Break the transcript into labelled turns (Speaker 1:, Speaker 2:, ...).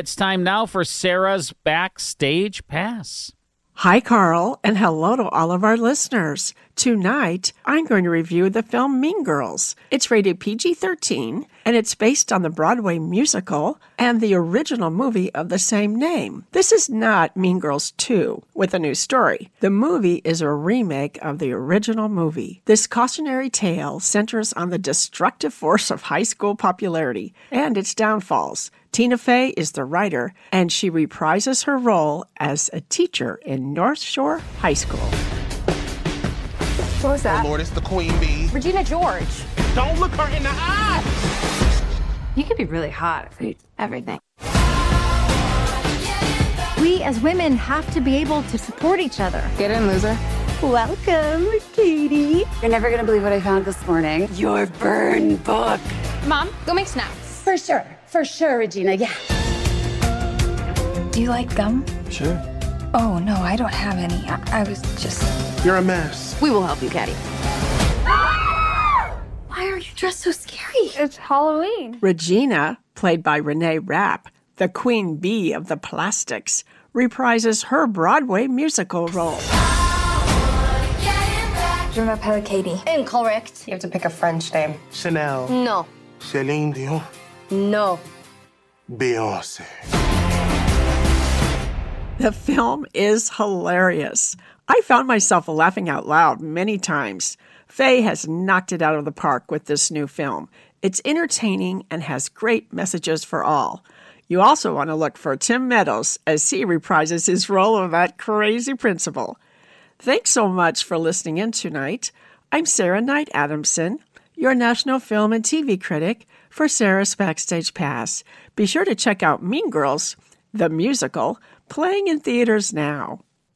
Speaker 1: It's time now for Sarah's backstage pass.
Speaker 2: Hi, Carl, and hello to all of our listeners. Tonight, I'm going to review the film Mean Girls. It's rated PG 13, and it's based on the Broadway musical and the original movie of the same name. This is not Mean Girls 2 with a new story. The movie is a remake of the original movie. This cautionary tale centers on the destructive force of high school popularity and its downfalls. Tina Fey is the writer, and she reprises her role as a teacher in North Shore High School.
Speaker 3: What was that?
Speaker 4: Lord, it's the queen bee.
Speaker 3: Regina George.
Speaker 4: Don't look her in the eye.
Speaker 5: You could be really hot if you everything.
Speaker 6: We as women have to be able to support each other.
Speaker 3: Get in, loser.
Speaker 6: Welcome, Katie.
Speaker 5: You're never gonna believe what I found this morning. Your burn book.
Speaker 3: Mom, go make snacks.
Speaker 5: For sure. For sure, Regina. Yeah.
Speaker 7: Do you like gum?
Speaker 4: Sure.
Speaker 7: Oh, no, I don't have any. I, I was just.
Speaker 4: You're a mess.
Speaker 5: We will help you, Caddy.
Speaker 7: Why are you dressed so scary?
Speaker 6: It's Halloween.
Speaker 2: Regina, played by Renee Rapp, the queen bee of the plastics, reprises her Broadway musical role.
Speaker 7: Dream up Hello Katie.
Speaker 6: Incorrect.
Speaker 8: You have to pick a French name.
Speaker 4: Chanel,
Speaker 6: No.
Speaker 4: Celine Dion,
Speaker 6: No.
Speaker 4: Beyonce.
Speaker 2: The film is hilarious. I found myself laughing out loud many times. Faye has knocked it out of the park with this new film. It's entertaining and has great messages for all. You also want to look for Tim Meadows as he reprises his role of that crazy principal. Thanks so much for listening in tonight. I'm Sarah Knight Adamson, your national film and TV critic for Sarah's Backstage Pass. Be sure to check out Mean Girls, the musical, playing in theaters now.